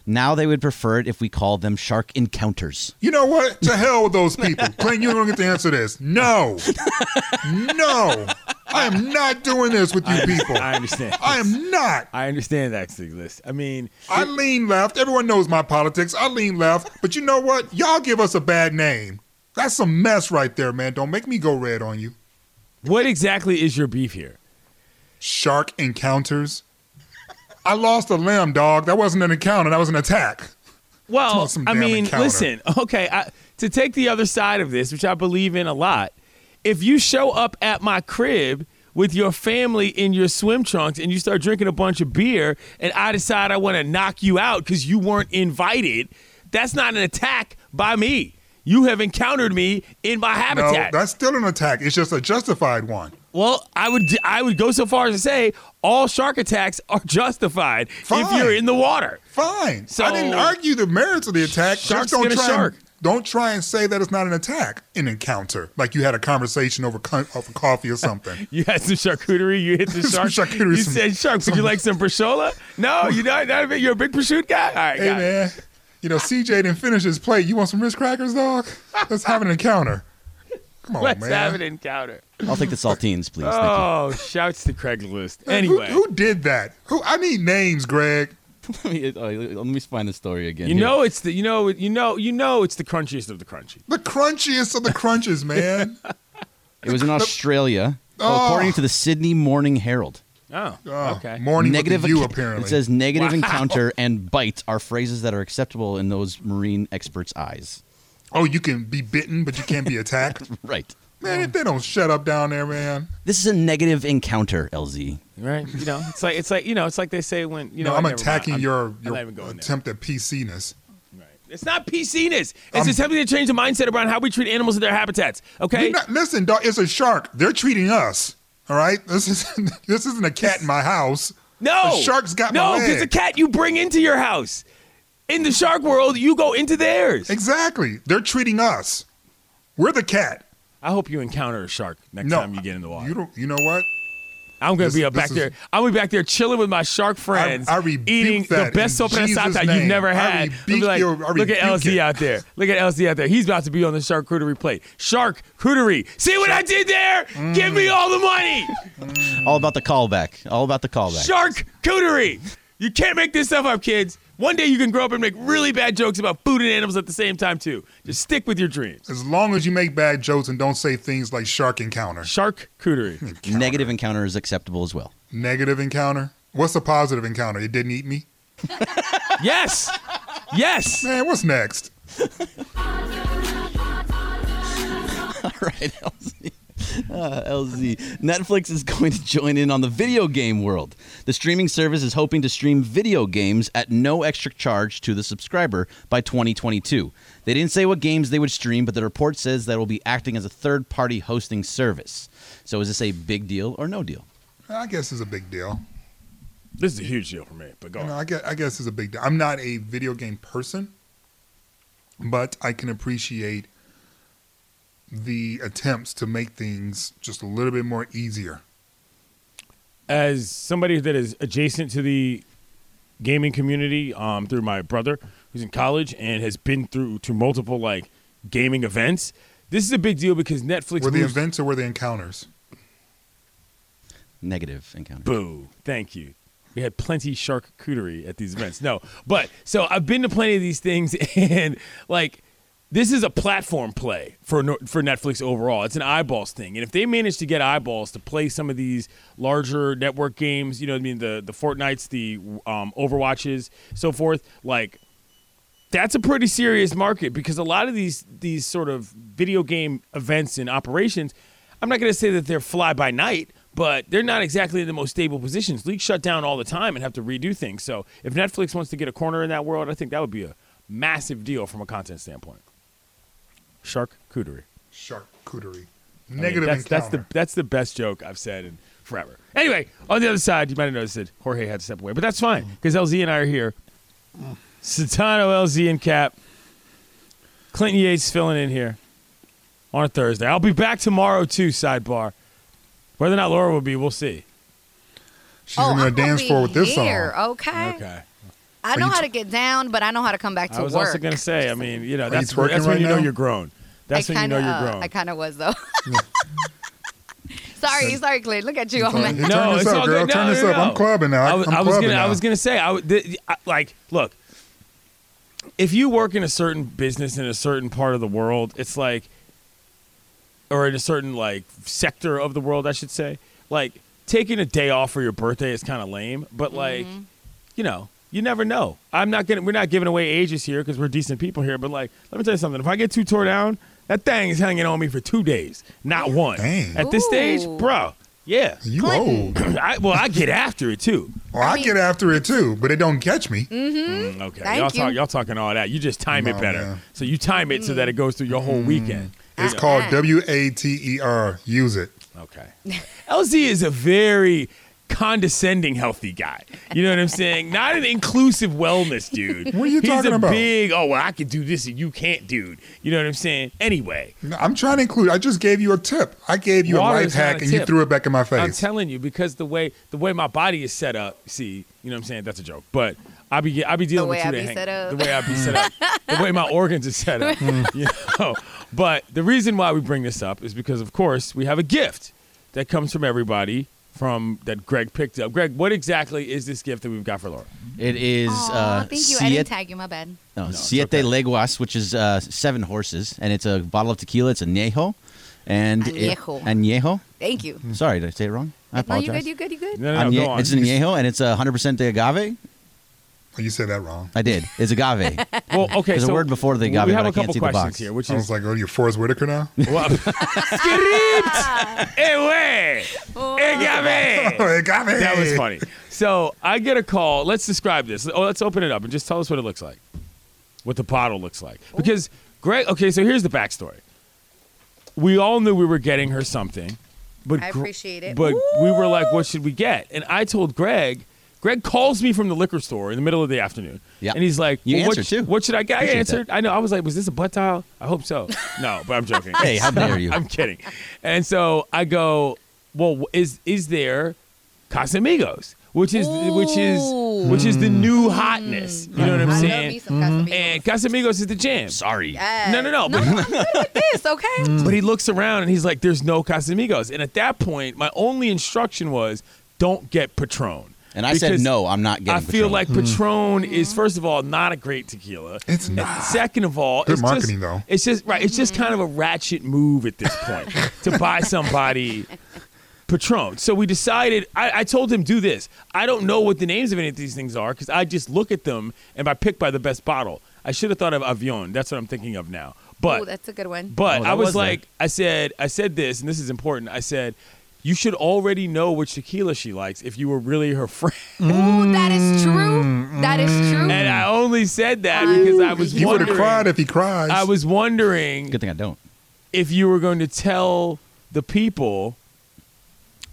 Now they would prefer it if we called them shark encounters.
you know what? To hell with those people. Clint, you're gonna get to answer this. No, no. I am not doing this with you people.
I understand.
I am not.
I understand that Sig list. I mean,
I lean left. Everyone knows my politics. I lean left. But you know what? Y'all give us a bad name. That's some mess right there, man. Don't make me go red on you.
what exactly is your beef here?
Shark encounters. I lost a limb, dog. That wasn't an encounter. That was an attack.
Well,
about some
I
damn
mean,
encounter.
listen, okay, I, to take the other side of this, which I believe in a lot, if you show up at my crib with your family in your swim trunks and you start drinking a bunch of beer and I decide I want to knock you out because you weren't invited, that's not an attack by me. You have encountered me in my
No,
habitat.
that's still an attack. It's just a justified one.
well, I would I would go so far as to say all shark attacks are justified if
Fine.
you're in the water.
Fine.
So-
I didn't argue the merits of the attack. Just
Shark's
don't
gonna
try
shark.
And, don't try and say that it's not an attack, an encounter. Like you had a conversation over, co- over coffee or something.
You had some charcuterie. You hit the
Some
shark.
charcuterie,
you
some-
said shark. Would you like some prosciutto? No, you not. not a big, you're a big prosciutto guy. All right,
hey,
got it.
man. You know, CJ didn't finish his plate. You want some Ritz crackers, dog? Let's have an encounter. Come on,
Let's
man.
have an encounter.
I'll take the saltines, please. Thank you.
Oh, shouts to Craigslist.
Hey,
Anyway,
Who, who did that? Who? I need names, Greg.
let, me,
Oh.
all right, let me find the story again.
you
here.
know it's the you know you know you know it's the crunchiest of the crunchy.
The crunchiest of the crunches, man.
it was in Australia,
Oh.
according to the Sydney Morning Herald.
Oh,
Oh,
okay.
Morning
negative
with a U,
enc-
apparently.
It says negative encounter and bite are phrases that are acceptable in those marine experts' eyes.
oh, you can be bitten, but you can't be attacked.
Right.
man, if they don't shut up down there, man.
This is a negative encounter, LZ.
right. You know, it's like it's like you know it's like they say when you know.
no, I'm
never mind.
attacking
I'm-
your,
I'm
your
not even going there.
attempt at PCness.
Right. It's not PCness. It's just having to change the mindset around how we treat animals in their habitats. Okay.
You're not- listen, dog, it's a shark. They're treating us. All right, this is this isn't a cat in my house.
No,
the shark's got
no,
my leg.
because the cat you bring into your house. In the shark world, you go into theirs.
Exactly, they're treating us. We're the cat.
I hope you encounter a shark next
No,
time you get in the water.
You don't. You know what?
I'm gonna
This-
be up
this
back
is-
there. I'm gonna be back there chilling with my shark friends,
I rebuke
eating the
that
best
in
sopa sata
Jesus'
you've
name.
never
I
had. I'll be
rebuke
like,
your- I
look at
rebuke
LZ
it."
out there. Look at LZ out there. He's about to be on the shark charcuterie plate. Shark charcuterie. See what I did there? Give me all the money.
All about the callback. All about the callback.
Shark cootery. You can't make this stuff up, kids. One day you can grow up and make really bad jokes about food and animals at the same time too. Just stick with your dreams.
As long as you make bad jokes and don't say things like shark encounter,
Shark cootery.
Negative encounter is acceptable as well.
negative encounter. What's a positive encounter? It didn't eat me.
Yes. Yes.
Man, what's next?
All right, LZ. Uh, LZ. Netflix is going to join in on the video game world. The streaming service is hoping to stream video games at no extra charge to the subscriber by 2022. They didn't say what games they would stream, but the report says that it will be acting as a third party hosting service. So is this a big deal or no deal?
I guess it's a big deal.
This is a huge deal for me, but go
You
on.
know, I guess, I guess it's a big deal. I'm not a video game person, but I can appreciate the attempts to make things just a little bit more easier.
as somebody that is adjacent to the gaming community um, through my brother who's in college and has been through to multiple like gaming events this is a big deal because netflix
were the
moves-
events or were the encounters?
Negative encounter.
boo thank you we had plenty shark cootery at these events no but so i've been to plenty of these things and like this is a platform play for no- for Netflix overall. It's an eyeballs thing, and if they manage to get eyeballs to play some of these larger network games, you know, what I mean, the the Fortnites, the um, Overwatches, so forth, like that's a pretty serious market because a lot of these these sort of video game events and operations, I'm not going to say that they're fly by night, but they're not exactly in the most stable positions. Leagues shut down all the time and have to redo things. So if Netflix wants to get a corner in that world, I think that would be a massive deal from a content standpoint. Shark cootery.
Charcuterie.
I mean,
Negative
that's, that's
encounter.
the that's the best joke I've said in forever. Anyway, on the other side, you might have noticed that Jorge had to step away, but that's fine because LZ and I are here. Satano, LZ, and Cap. Clinton Yates filling in here on a Thursday. I'll be back tomorrow too. Sidebar. Whether or not Laura will be, we'll see.
She's gonna
Oh, I'm gonna
dance
be
for with this
here,
song.
Okay. I know how to get down, but I know how to come back to
I was
work.
also gonna say, I mean, you know, that's
twerking
where- that's when
right
you know
now?
you're grown. That's
uh, I
when you know
kinda-
you're grown.
I kind of was though. Sorry, sorry, Clint. Look at you, all
Sorry.
mad.
Turn this up, girl. Turn this up. I'm clubbing now.
I was,
I'm
I was
clubbing
gonna, I
now.
was gonna say, I, would- th- I like, look, if you work in a certain business in a certain part of the world, it's like, or in a certain like sector of the world, I should say, like taking a day off for your birthday is kind of lame, but like, you know. You never know. I'm not gonna. We're not giving away ages here because we're decent people here. But like, let me tell you something. If I get too tore down, that thing is hanging on me for two days, not one.
Dang.
At this stage,
Ooh.
bro, yeah.
You
Clinton.
old.
I, well, I get after it too.
Well, I, get after it too, but it don't catch me.
Mm.
Mm,
Mm-hmm.
Okay,
Thank
y'all,
you.
Talk, y'all talking all that. You just time it
No,
better.
man. Mm.
So you time it so that it goes through your whole weekend.
"Ah,
It's called W A T E R. Use it.
Okay. LZ is a very condescending healthy guy. You know what I'm saying? Not an inclusive wellness dude.
What are you
He's
talking
a
about?
Big. Oh well, I could do this and you can't, dude. You know what I'm saying? Anyway,
No, I'm trying to include. I just gave you a tip. I gave you
Water
a life
is not
hack,
a
and you
tip.
threw it back in my
I'm
face.
telling you because the way the way my body is set up. See, you know what I'm saying? That's a joke, but. I be I be dealing
way
with
I
two
be
day hang-
set up. Mm.
the way I be set up, the way my organs are set up. you know? But the reason why we bring this up is because, of course, we have a gift that comes from everybody from that Greg picked up. Greg, what exactly is this gift that we've got for Laura?
It is
Aw,
uh,
thank you. I
siete,
didn't tag you. My bad.
no, siete leguas, which is uh, seven horses, and it's a bottle of tequila. It's añejo, and it-
Añejo.
añejo.
Thank
Mm.
you.
Sorry, did I say it wrong? I
No,
apologize.
you good? You good? You good?
No, no, no,
Añe-
go on.
It's an añejo, and it's a 100% de agave.
Oh, you said that wrong.
I did. It's agave.
well, okay.
There's a
so
word before they got
we
me,
have
but
a
I can't
couple
see the
questions
box.
here, which
I was
is
like, oh, you're Forrest Whitaker now?
well, script. Eh,
Oh.
wait. Eh, gabe.
Oh, it got me.
That was funny. So I get a call. Let's describe this. Oh, let's open it up and just tell us what it looks like, what the bottle looks like.
Oh.
Because Greg. Okay, so here's the backstory. We all knew we were getting her something, but
I
Gr-
appreciate it.
But we were like, what should we get? And I told Greg. Greg calls me from the liquor store in the middle of the afternoon.
Yeah.
And he's like,
You
well, what
answered,
sh-
too.
What should I get? I
Appreciate
answered. I know. I was like, was this a butt towel? I hope so. No, but I'm joking.
Hey, how dare you?
I'm kidding. And so I go, well, wh- is is there Casamigos, which is which is
Ooh.
which is the new hotness. You know what I'm
I love me
saying? Mm-hmm.
some Casamigos.
And Casamigos is the jam.
Sorry.
Yes.
No, no, no. But,
This okay?
but he looks around and he's like, "There's no Casamigos." And at that point, my only instruction was, "Don't get Patron."
And I said,
Because
no, I'm not getting
I feel
Patron.
like
Hmm.
Patron is first of all not a great tequila.
It's
And
not.
Second of all,
Good
it's
marketing,
just,
though.
It's just right. It's
Mm.
just kind of a ratchet move at this point to buy somebody Patron. So we decided. I, I told him do this. I don't know what the names of any of these things are because I just look at them and I pick by the best bottle. I should have thought of Avion. That's what I'm thinking of now. But
Ooh, that's a good one.
but
Oh, that
I was,
was
like,
there.
I said, I said this, and this is important. I said, you should already know which tequila she likes if you were really her friend.
Ooh, that is true. That is true.
Mm-hmm. And I only said that because I was
You would have
wondering.
cried if he cries.
I was wondering
Good thing I don't.
if you were going to tell the people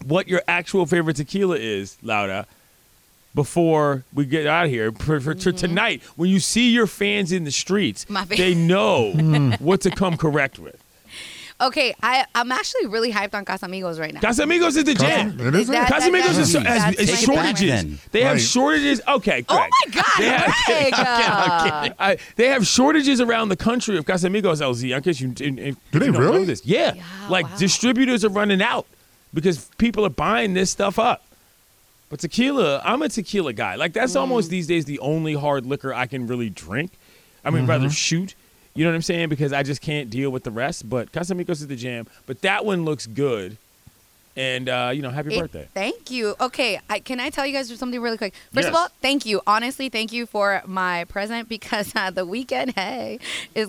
what your actual favorite tequila is, Lauda, before we get out of here for, for, for tonight. When you see your fans in the streets,
Mm-hmm. My fa- Mm-hmm.
they know what to come correct with.
okay, I I'm actually really hyped on Casamigos right now.
Casamigos is the jam.
It is
That-
it.
Casamigos is, so, has,
That's
is
my
Take it back then.
shortages. They have
Right.
shortages. Okay,
Oh
correct.
my God,
They have-
Greg! uh.
I, they have shortages around the country of Casamigos LZ. In case you, in, in,
Do they
you don't
really?
Know this. Yeah,
Yeah,
like
wow.
distributors are running out because people are buying this stuff up. But tequila, I'm a tequila guy. Like that's
Mm.
almost these days the only hard liquor I can really drink. I mean,
Mm-hmm.
rather shoot. You know what I'm saying? Because I just can't deal with the rest. But Casamigos is the jam. But that one looks good. And uh, you know, happy
It-
birthday.
Thank you. Okay, I, can I tell you guys something really quick? First of
Yes.
all, thank you. Honestly, thank you for my present because uh, the weekend, hey, is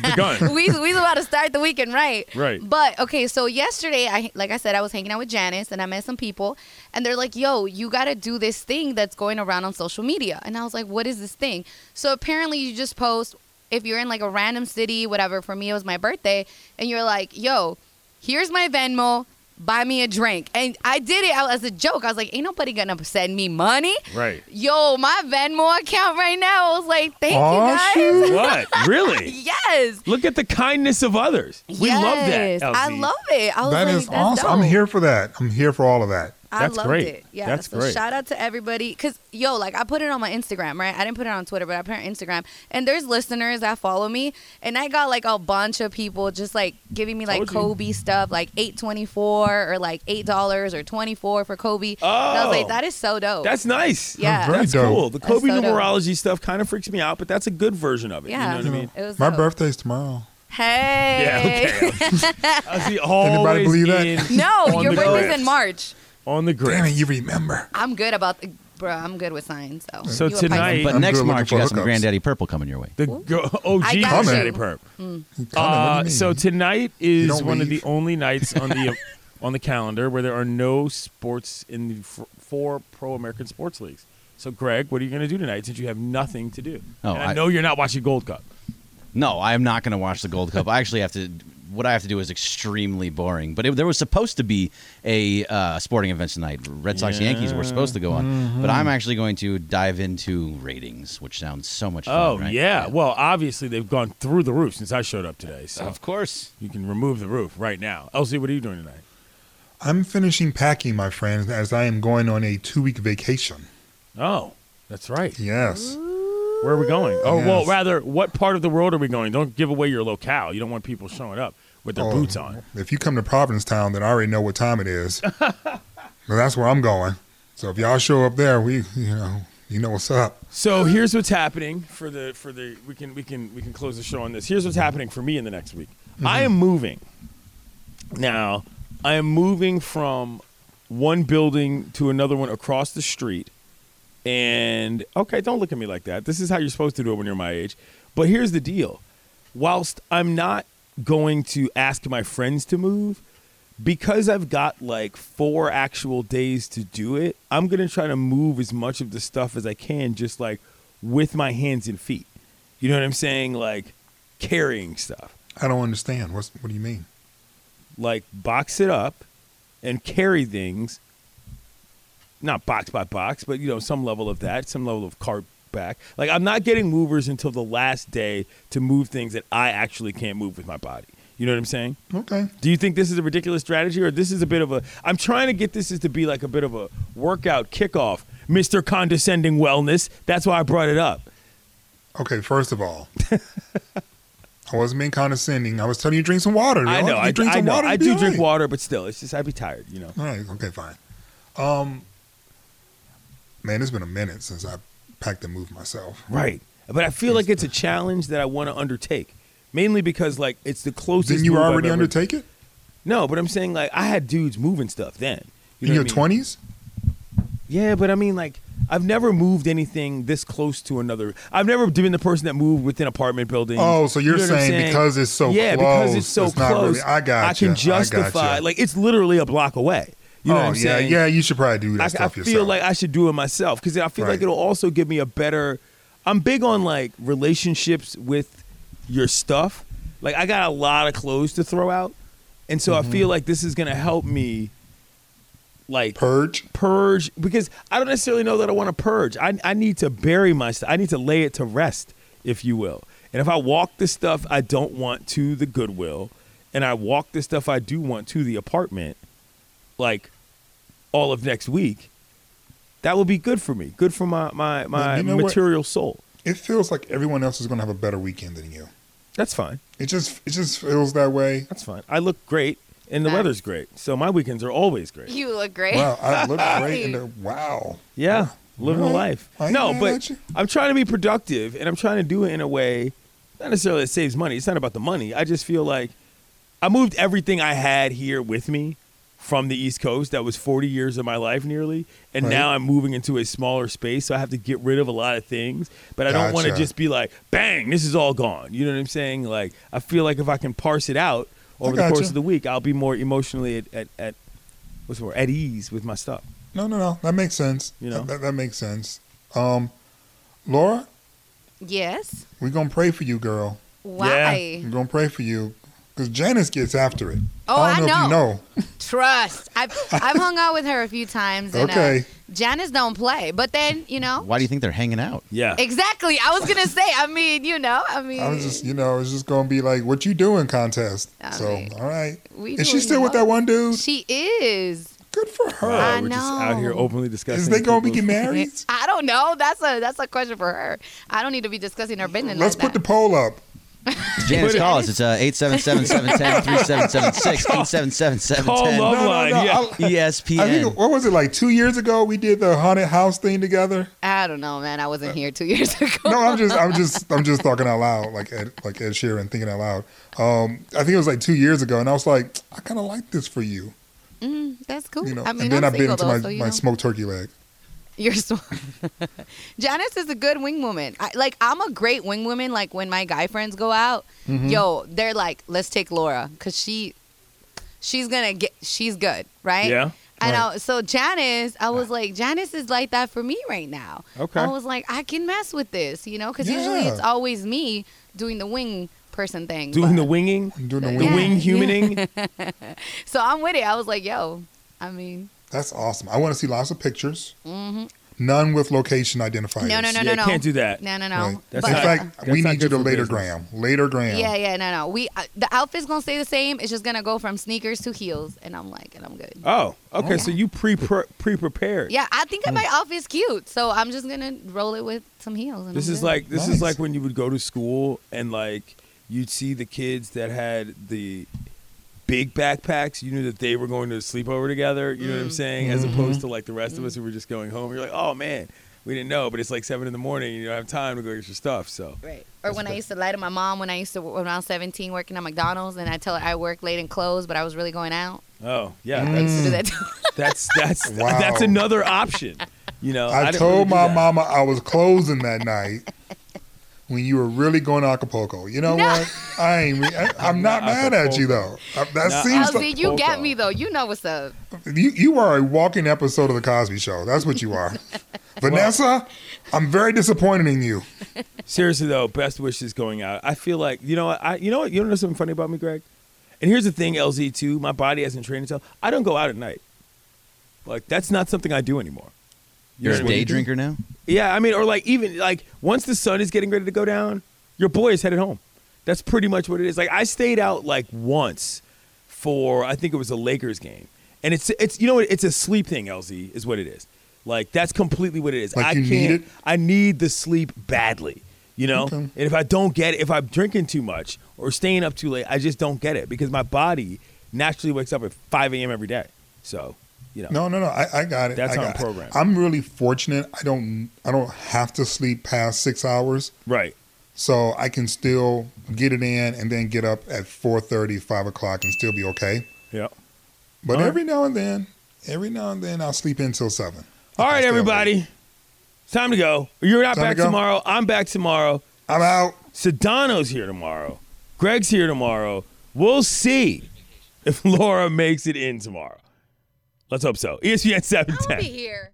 begun.
we we about to start the weekend, right?
Right.
But okay, so yesterday, I like I said, I was hanging out with Janice and I met some people, and they're like, "Yo, you got to do this thing that's going around on social media," and I was like, "What is this thing?" So apparently, you just post if you're in like a random city, whatever. For me, it was my birthday, and you're like, "Yo, here's my Venmo." Buy me a drink, and I did it out as a joke. I was like, "Ain't nobody gonna send me money."
Right.
Yo, my Venmo account right now. I was like, "Thank
Aw,
you guys."
shoot.
What? Really?
Yes.
Look at the kindness of others. We love that.
Yes, I
LZ.
love it. I was
That
like,
is
that's
awesome. I'm
dope.
here for that. I'm here for all of that.
I
That's
loved
great.
it. Yeah.
That's
so
great.
shout out to everybody. Cause yo, like I put it on my Instagram, right? I didn't put it on Twitter, but I put it on Instagram. And there's listeners that follow me. And I got like a bunch of people just like giving me like
Told you.
Kobe stuff, like eight twenty four or like eight dollars or twenty four for Kobe. And I was
Oh.
like, that is so dope.
That's nice.
Yeah.
Very
that's
dope.
cool. The
That's
Kobe
so dope.
numerology stuff kind of freaks me out, but that's a good version of it.
yeah.
You know what I mean?
It was
My
dope.
birthday's tomorrow.
Hey.
Yeah, okay. I see
Anybody
always
believe that?
in
no,
on
your
the
birthday's
grift.
in March.
On the
Damn
grid.
it, you remember.
I'm good about the bro. I'm good with signs. So,
So
You a
tonight-
But
I'm
next
good looking
March,
for
you got some
hookups.
Granddaddy Purple coming your way.
The go- oh, OG
I got
Granddaddy
you.
Perp.
Conan, what do
Uh,
you mean?
so tonight is
don't
one of the
leave.
only nights on the on the calendar where there are no sports in the f- four pro American sports leagues. So, Greg, what are you going to do tonight since you have nothing to do?
Oh,
And I,
I-
know you're not watching Gold Cup.
No, I am not going to watch the Gold Cup. I actually have to. What I have to do is extremely boring. But it, there was supposed to be a uh, sporting event tonight. Red Sox Yankees were supposed to go on,
Mm-hmm.
but I'm actually going to dive into ratings, which sounds so much fun.
Oh
right?
yeah. Well, obviously they've gone through the roof since I showed up today. So
of course.
you can remove the roof right now. Elsie, what are you doing tonight?
I'm finishing packing, my friends, as I am going on a two week vacation.
Oh, that's right.
Yes.
Where are we going? Oh, well,
Yes.
rather, what part of the world are we going? Don't give away your locale. You don't want people showing up with their
Oh,
boots on.
If you come to Providence Town, then I already know what time it is. But that's where I'm going. So if y'all show up there, we, you know, you know what's up.
So here's what's happening for the for the we can we can we can close the show on this. Here's what's happening for me in the next week. I am moving. Now, I am moving from one building to another one across the street. And okay, don't look at me like that. This is how you're supposed to do it when you're my age. But here's the deal. Whilst I'm not going to ask my friends to move, because I've got like four actual days to do it, I'm going to try to move as much of the stuff as I can, just like with my hands and feet. You know what I'm saying? Like carrying stuff.
I don't understand. What's, what do you mean?
Like box it up and carry things, not box by box, but you know, some level of that, some level of cart back. Like I'm not getting movers until the last day to move things that I actually can't move with my body. You know what I'm saying?
Okay.
Do you think this is a ridiculous strategy or this is a bit of a I'm trying to get this is to be like a bit of a workout kickoff, Mr. Condescending Wellness. That's why I brought it up.
Okay, first of all, I wasn't being condescending. I was telling you to drink some water.
I
y'all.
know,
You
I,
drink
I
some
know.
water,
I
you'll be
do
all
drink
right.
water, but still, it's just I'd be tired, you know.
All right. Okay. Fine. Um, man, it's been a minute since I packed and moved myself.
Right. But I feel like it's a challenge that I want to undertake. Mainly because like it's the closest
Didn't you
move I've
already
ever-
undertake it
No, but I'm saying like I had dudes moving stuff then. You know
in your
what I mean?
twenties?
Yeah, but I mean, like, I've never moved anything this close to another. I've never been the person that moved within apartment buildings.
Oh, so you're
You know what I'm
saying because it's so
yeah, because
close,
it's so
it's not
close.
really- I
I
gotcha, I
can justify
gotcha.
like it's literally a block away. You know
oh
what I'm
yeah,
saying?
yeah. You should probably do that
I, I
stuff
feel
yourself.
like I should do it myself because I feel like
Right.
it'll also give me a better. I'm big on like relationships with your stuff. Like I got a lot of clothes to throw out, and so
Mm-hmm.
I feel like this is gonna help me. Like
purge.
purge because I don't necessarily know that I want to purge. I, I need to bury my stuff. I need to lay it to rest, if you will. And if I walk the stuff I don't want to the Goodwill, and I walk the stuff I do want to the apartment, like all of next week, that will be good for me. Good for my my my
you know what?
material soul.
It feels like everyone else is going to have a better weekend than you.
That's fine.
It just it just feels that way.
That's fine. I look great, and the
Facts.
weather's great. So my weekends are always great.
You look great.
Wow, I look great in the wow.
Yeah, living
All
a
right.
life.
I ain't
No,
mad
but
at you.
I'm trying to be productive, and I'm trying to do it in a way not necessarily that saves money. It's not about the money. I just feel like I moved everything I had here with me from the East Coast. That was 40 years of my life nearly, and
Right.
now I'm moving into a smaller space, so I have to get rid of a lot of things. But I don't want to
Gotcha.
just be like, bang, this is all gone. You know what I'm saying? Like I feel like if I can parse it out over the
gotcha.
course of the week, I'll be more emotionally at, at, at what's the word at ease with my stuff.
No, no, no. That makes sense.
You know?
that, that makes sense. Um, Laura,
Yes.
we're gonna pray for you, girl.
Why?
I'm gonna pray for you because Janice gets after it.
Oh,
I don't
I
know,
Trust. I've I've hung out with her a few times. And,
Okay.
Uh, Janice don't play, but then you know.
Why do you think they're hanging out?
Yeah.
Exactly. I was gonna say. I mean, you know. I
if
mean.
you know. I was just, you know, it's just gonna be like, "What you doing?" contest.
I
so,
mean,
all right.
we
Is she
doing
still with that
well.
one dude?
She is.
Good for her.
Wow,
I
we're just out here
know.
openly discussing.
Is they gonna be
people's-
getting married?
I don't know. That's a that's a question for her. I don't need to be discussing her business.
Let's
like
put the
that.
poll up.
Janice, call us. It's uh, 877 710 3776. 877
Call Love Line. yeah.
I- I,
E
think
ESPN.
what was it like two years ago? We did the haunted house thing together.
I don't know, man. I wasn't here two years ago.
Uh, No, I'm just, I'm just, I'm just talking out loud, like Ed, like Ed Sheeran thinking out loud. Um, I think it was like two years ago, and I was like, I kind of like this for you,
That's cool.
you know.
Oh, I mean,
and then
I'm
I bit
single
into
though,
my,
so you
my
know.
smoked turkey leg.
You're so. Janice is a good wing woman. I, like I'm a great wing woman. Like when my guy friends go out,
Mm-hmm.
yo, they're like, let's take Laura because she, she's gonna get, she's good, right?
Yeah.
And
Right.
I, so Janice, I was like, Janice is like that for me right now.
Okay.
I was like, I can mess with this, you know, because usually
Yeah.
it's always me doing the wing person thing.
Doing the
but-
winging,
I'm doing the
the
wing.
wing humaning.
So I'm with it. I was like, yo, I mean,
That's awesome. I want to see lots of pictures. None with location
Mm-hmm.
identifiers.
no, no, no,
Oh,
no,
Yeah,
no.
can't do that.
No, no, no.
Right.
That's
In
not-
fact,
that's
we
not
need you
good
to
for
later
business.
gram, later gram.
Yeah, yeah, no, no. We uh, the outfit's gonna stay the same. It's just gonna go from sneakers to heels, and I'm like, and I'm good.
Oh, okay. So you pre pre prepared.
Yeah, I
Mm.
think that my outfit's cute, so I'm just gonna roll it with some heels. And
This
I'm
is
good.
like this is
Nice.
like when you would go to school and like you'd see the kids that had the big backpacks. You knew that they were going to sleep over together. You know
Mm.
what I'm saying? As
Mm-hmm.
opposed to like the rest of us who were just going home. You're like, oh man, we didn't know, but it's like seven in the morning. You don't have time to go get your stuff. So
right. Or when I used to lie to my mom when I used to when I was 17 working at McDonald's, and I tell her I work late and close, but I was really going out.
oh yeah,
I used to do
that's
that. Too.
that's that's
Wow.
that's another option. You know,
I,
didn't really
told
do
my
that.
mama I was closing that night when you were really going to Acapulco. You know
No.
what? I ain't. Re- I, I'm not mad at you though. I, that
No,
seems
LZ,
like
you
Polka.
get me though. You know what's up.
you you are a walking episode of the Cosby Show. That's what you are, Vanessa. I'm very disappointed in you.
Seriously though, best wishes going out. I feel like you know what I you know what you know something funny about me, Greg. And here's the thing, LZ too. My body hasn't trained itself. I don't go out at night. Like that's not something I do anymore.
You're a
What do
day
you do?
drinker now?
Yeah, I mean, or like even like once the sun is getting ready to go down, your boy is headed home. That's pretty much what it is. Like I stayed out like once for I think it was a Lakers game, and it's it's you know what, it's a sleep thing. LZ is what it is. Like that's completely what it is.
Like,
I
you need
can't.
it?
I need the sleep badly. You know, and if I don't get it, if I'm drinking too much or staying up too late, I just don't get it because my body naturally wakes up at 5 a.m. every day. So, you know,
No, no, no. I, I got it.
That's
I
on
got it.
program.
I'm really fortunate. I don't. I don't have to sleep past six hours.
right?
so I can still get it in and then get up at 4.30, 5 o'clock and still be okay.
Yeah.
But
All right.
every now and then, every now and then I'll sleep in till 7.
All
I'll
right,
stay
everybody.
awake.
It's time to go. You're not
Time to
back
go.
tomorrow. I'm back tomorrow.
I'm out.
Sedano's here tomorrow. Greg's here tomorrow. We'll see if Laura makes it in tomorrow. Let's hope so. E ESPN
I'll be
710.
here.